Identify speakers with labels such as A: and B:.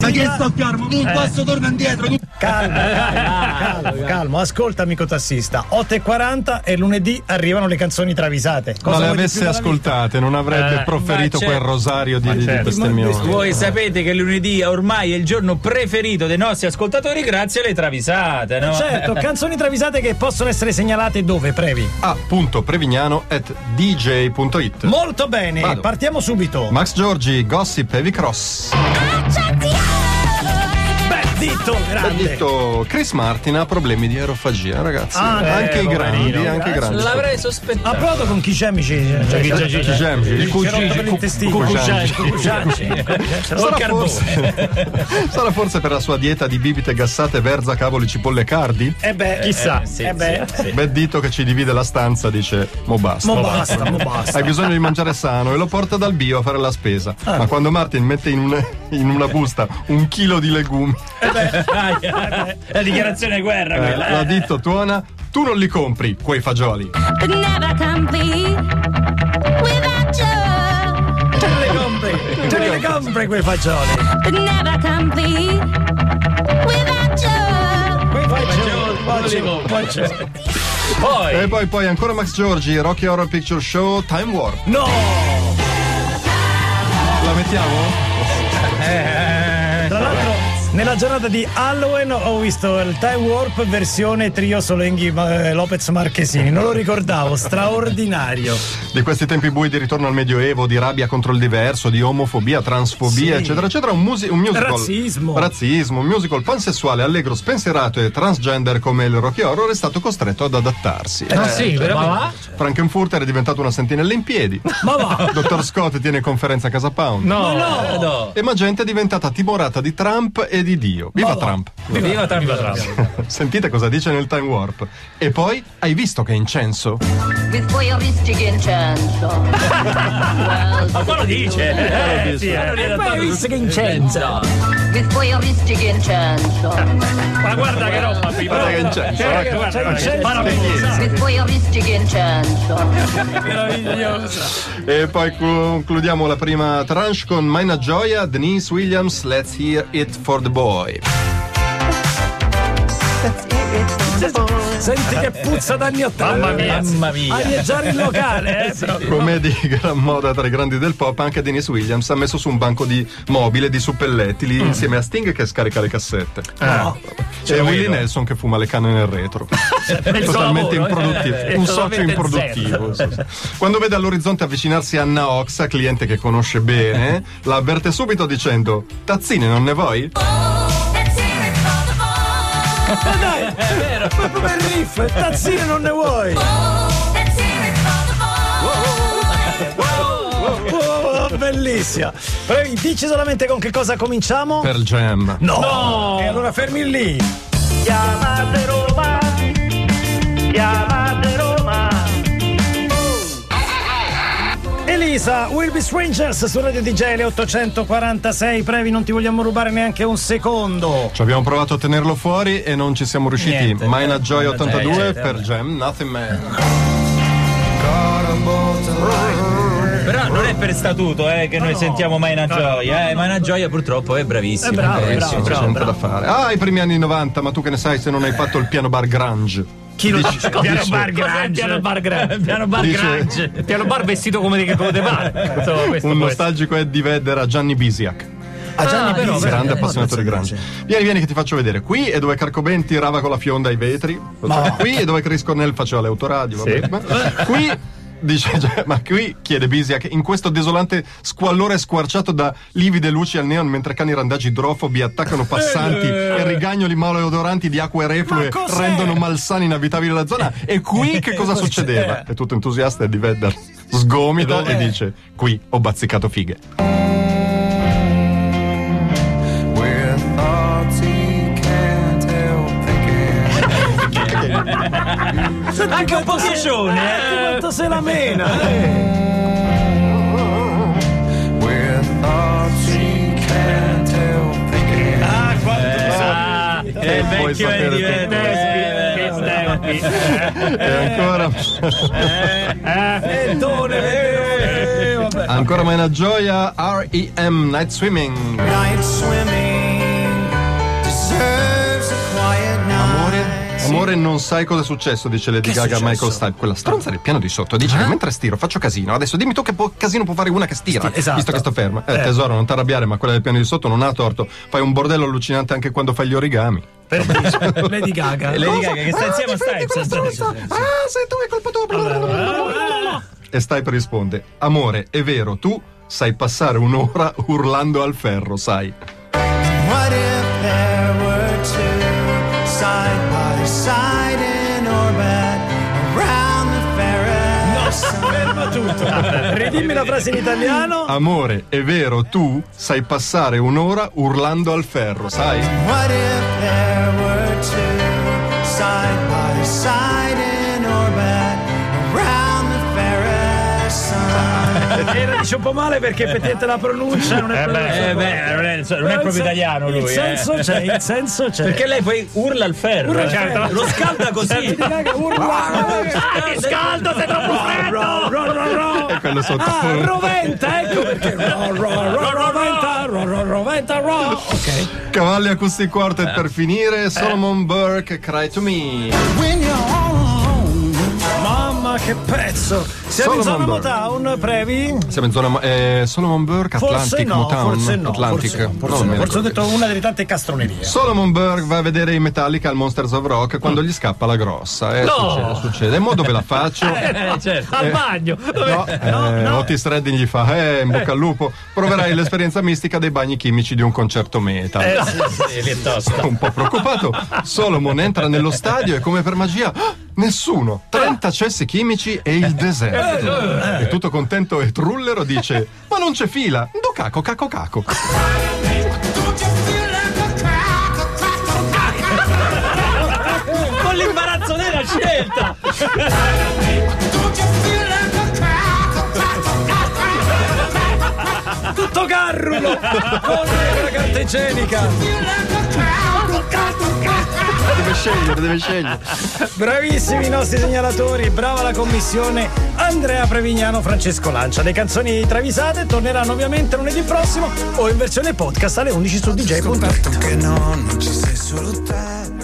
A: Ma che sto fermo? Non posso tornare indietro. Tu-
B: Calmo, calmo, calmo, calmo. Ascolta, amico tassista. 8.40 e lunedì arrivano le canzoni travisate.
C: Ma
B: Cosa
C: le
B: vuoi di più
C: avesse
B: dalla vita?
C: ascoltate, non avrebbe
D: Eh,
C: proferito
D: ma
C: quel
D: certo.
C: rosario di,
D: Ma
C: di
D: certo.
C: bestemmioni.
D: Voi sapete che lunedì ormai è il giorno preferito dei nostri ascoltatori grazie alle travisate, no?
B: Certo, canzoni travisate che possono essere segnalate dove, previ?
C: A.prevignano at dj.it
B: Molto bene,
C: Vado.
B: partiamo subito.
C: Max Giorgi, Gossip, Heavy Cross.
B: Beh, zitto,
C: Ha
B: grande.
C: detto Chris Martin ha problemi di aerofagia, ragazzi.
B: Ah, eh,
C: anche i grandi,
D: poverino.
C: anche i grandi.
E: L'avrei sospettato.
B: A proposito con chi c'è, amici? Cioè, chi c'è, chi c'è?
C: Gemgi, il
B: Che rotta per il testicolo.
C: Cucugiangi.
B: Eh, O il
C: Sarà
B: carbone.
C: forse, sarà forse per la sua dieta di bibite gassate, verza, cavoli, cipolle e cardi?
B: Eh beh, chissà. Eh,
D: sì,
B: beh.
C: Bel dito che ci divide la stanza dice Mo basta.
B: Mo basta, mo
C: Hai
B: basta.
C: bisogno di mangiare sano e lo porta dal bio a fare la spesa. Ma quando Martin mette in, un- in una busta un chilo di legumi,
D: La dichiarazione di guerra
C: eh,
D: quella.
C: la dito tuona, tu non li compri quei fagioli.
F: Could never complete without you.
B: Te le compri, te le compri quei fagioli.
F: Could never complete without you.
B: Quei fagioli, fagioli,
D: Poi
C: E poi, poi ancora Max Giorgi, Rocky Horror Picture Show, Time War.
B: No!
C: La mettiamo?
D: Ecco.
B: Tra l'altro, nella giornata di Halloween ho visto il Time Warp versione trio Solenghi eh, Lopez Marchesini. Non lo ricordavo, straordinario.
C: Di questi tempi bui di ritorno al Medioevo, di rabbia contro il diverso, di omofobia, transfobia,
B: Sì.
C: eccetera, eccetera, un, musi- un musical.
B: Razzismo.
C: Razzismo, un musical pansessuale, allegro, spensierato e transgender come il Rocky Horror è stato costretto ad adattarsi.
E: Ah,
B: Eh,
E: sì, veramente.
C: Frankenfurter è diventato una sentinella in piedi.
B: Ma va!
C: Dottor Scott tiene conferenza a Casa Pound.
E: No,
D: eh, no.
C: E Magenta è diventata timorata di Trump e di Dio. Viva Trump!
D: Viva Trump, viva Trump.
C: Sentite cosa dice nel Time Warp. E poi, hai visto che è incenso?
G: With voyeuristic incenso.
D: Ma qua lo dice. Eh, sì, eh, non
E: Ma
D: è
E: hai
D: adattato.
E: visto che incenza?
G: With voyeuristic incenso.
D: Ma guarda che roba qui.
C: Guarda che
D: però.
C: incenso!
D: Eh,
C: guarda che-
D: guarda,
B: c'è incenso.
D: meraviglioso.
G: With voyeuristic incenso.
C: E poi concludiamo la prima tranche con Mina Gioia, Denise Williams, Let's Hear It for the Boy.
B: Senti che puzza d'anni 80.
D: Mamma mia. Mamma mia.
B: Arieggiare il locale, eh? però.
C: Come di gran moda tra i grandi del pop, anche Denise Williams ha messo su un banco di mobile di suppelletti lì
E: Mm.
C: insieme a Sting che scarica le cassette.
E: Eh.
C: e Willie Nelson che fuma le canne nel retro. Totalmente
E: lavoro,
C: improduttivo.
E: eh,
C: un socio
E: totalmente
C: improduttivo. sì, sì. Quando vede all'orizzonte avvicinarsi Anna Oxa, cliente che conosce bene, la avverte subito dicendo: Tazzine, non ne vuoi?
B: Ma dai, è vero. Proprio per riff, tazzine non ne vuoi. Oh, bellissima. Però dici solamente con che cosa cominciamo?
C: Per Jam.
B: No. E allora fermi lì.
H: Chiamate Roma, chiamate Roma,
B: Elisa, Will Be Strangers su Radio DJ le 846. Previ, non ti vogliamo rubare neanche un secondo.
C: Ci abbiamo provato a tenerlo fuori e non ci siamo riusciti.
D: Niente,
C: Mina
D: eh,
C: Joy
D: eh,
C: 82
D: eh,
C: per Jam, Nothing Man.
D: Però non è per statuto eh, che noi sentiamo Maina Gioia. Eh, Maina Gioia purtroppo è bravissima.
B: È bravo, è bravo,
C: C'è
B: bravo,
C: sempre
B: bravo.
C: da fare. Ah, i primi anni 90, ma tu che ne sai se non hai fatto il piano bar grunge?
B: Chi lo dice?
E: Piano bar grande. Piano bar grande. Piano bar
C: Dice-
E: grande. Piano bar vestito come di come te pare. Insomma, questo
C: Un
E: può essere.
C: nostalgico Eddie Vedder a Gianni Bisiak.
B: A Gianni
E: però,
B: Pisa.
C: Grande
E: eh,
C: appassionato di grunge. Vieni, vieni che ti faccio vedere. Qui è dove Carcobenti rava con la fionda ai vetri. Qui è dove Chris Cornell faceva l'autoradio. vabbè. Ma- Qui dice, cioè, ma qui chiede Bisiak in questo desolante squallore squarciato da livide luci al neon mentre cani randagi idrofobi attaccano passanti e rigagnoli maleodoranti di acque reflue
B: Ma cos'è?
C: rendono malsani inabitabili la zona. E qui che cosa succedeva? È tutto entusiasta di Vedder. Sgomita e dice: Qui ho bazzicato fighe.
B: Anche un po'
D: Socione, eh.
B: Quanto se la mena. eh. Ah, quanto.
D: Ah, è il
C: Puoi
D: vecchio
C: sapere
D: è
C: tu.
D: diverso.
C: E ancora.
B: Tone, eh, vabbè.
C: Ancora Mina Gioia, R.E.M. Night Swimming.
B: Night swimming.
C: amore, non sai cosa è successo, dice Lady Gaga a Michael Stipe. Quella stronza del piano di sotto dice
B: Ah.
C: che mentre stiro faccio casino. Adesso dimmi tu che po- casino può fare una che stira,
B: Sti- esatto.
C: visto che sto ferma. Eh,
B: Eh.
C: tesoro, non ti arrabbiare, ma quella del piano di sotto non ha torto. Fai un bordello allucinante anche quando fai gli origami.
B: Per dire, Lady Gaga.
D: E Lady Gaga che sta insieme a Stipe.
C: Ah, sei tu, è colpa
B: eh,
C: tua. E Stipe risponde: Amore, è vero, tu sai passare un'ora urlando al ferro, sai.
I: What if there were two side by side in orbit around the ferret?
B: No, ferma tutto. Ridimmi la frase in italiano.
C: Amore, è vero, tu sai passare un'ora urlando al ferro, sai?
I: What if there were two side by side in orbit around the ferret sun?
B: Era dice un po' male perché effettivamente la pronuncia non è
E: Eh
B: proprio
E: beh,
D: Eh, beh, non è, non è
B: Il
D: proprio
B: sen-
D: italiano lui.
B: Il senso
D: eh.
B: c'è, il senso c'è.
D: Perché lei poi urla al ferro.
B: Urla al
D: eh.
B: ferro. Certo.
D: Lo scalda così.
B: Lady Gaga urla. Ah,
D: Ti Ah, scaldo, sei troppo
B: Ro, ro, ro, ro.
C: E quello sotto.
B: Ah, roventa, ecco perché. Ro, ro, ro, roventa, ro, ro, roventa, ro. Ok.
C: Cavalli Acoustic Quartet
B: Eh.
C: per finire, Solomon Burke, Cry to Me.
I: When you're all alone,
B: Mamma che pezzo. Siamo in zona
C: Solomon
B: Motown, previ?
C: Siamo in zona eh, Solomon Burke,
B: Forse
C: Atlantic,
B: no,
C: Motown,
B: forse no,
C: Atlantic.
B: forse no, forse,
C: Non
B: no,
C: mi
B: forse ho
C: ricordo.
B: detto una delle tante castronerie.
C: Solomon Burke va a vedere i Metallica al Monsters of Rock quando gli scappa la grossa. Eh, succede, succede. Mo dove la faccio?
E: Eh, certo. Al bagno.
C: No, eh, Otis Redding gli fa eh, in bocca al lupo. Proverai l'esperienza mistica dei bagni chimici di un concerto metal.
D: Sì, lì è tosta.
C: un po' preoccupato, Solomon entra nello stadio e come per magia ah, nessuno, 30 cessi chimici e il deserto. E tutto contento e trullero dice "Ma non c'è fila, do caco caco caco".
I: don't you feel like a crack, a crack, a crack?
D: Con l'imbarazzo della scelta.
I: Don't you feel like a crack, a crack, a crack, a crack, a crack?
B: Tutto carrulo con la carta igienica.
I: Feel like a crack, a crack, a crack, a crack?
C: Deve scegliere, deve scegliere.
B: Bravissimi i nostri segnalatori, brava la commissione Andrea Prevignano, Francesco Lancia. Le canzoni travisate torneranno ovviamente lunedì prossimo o in versione podcast alle 11 su DJ.it.
I: Che no, non ci sei solo te.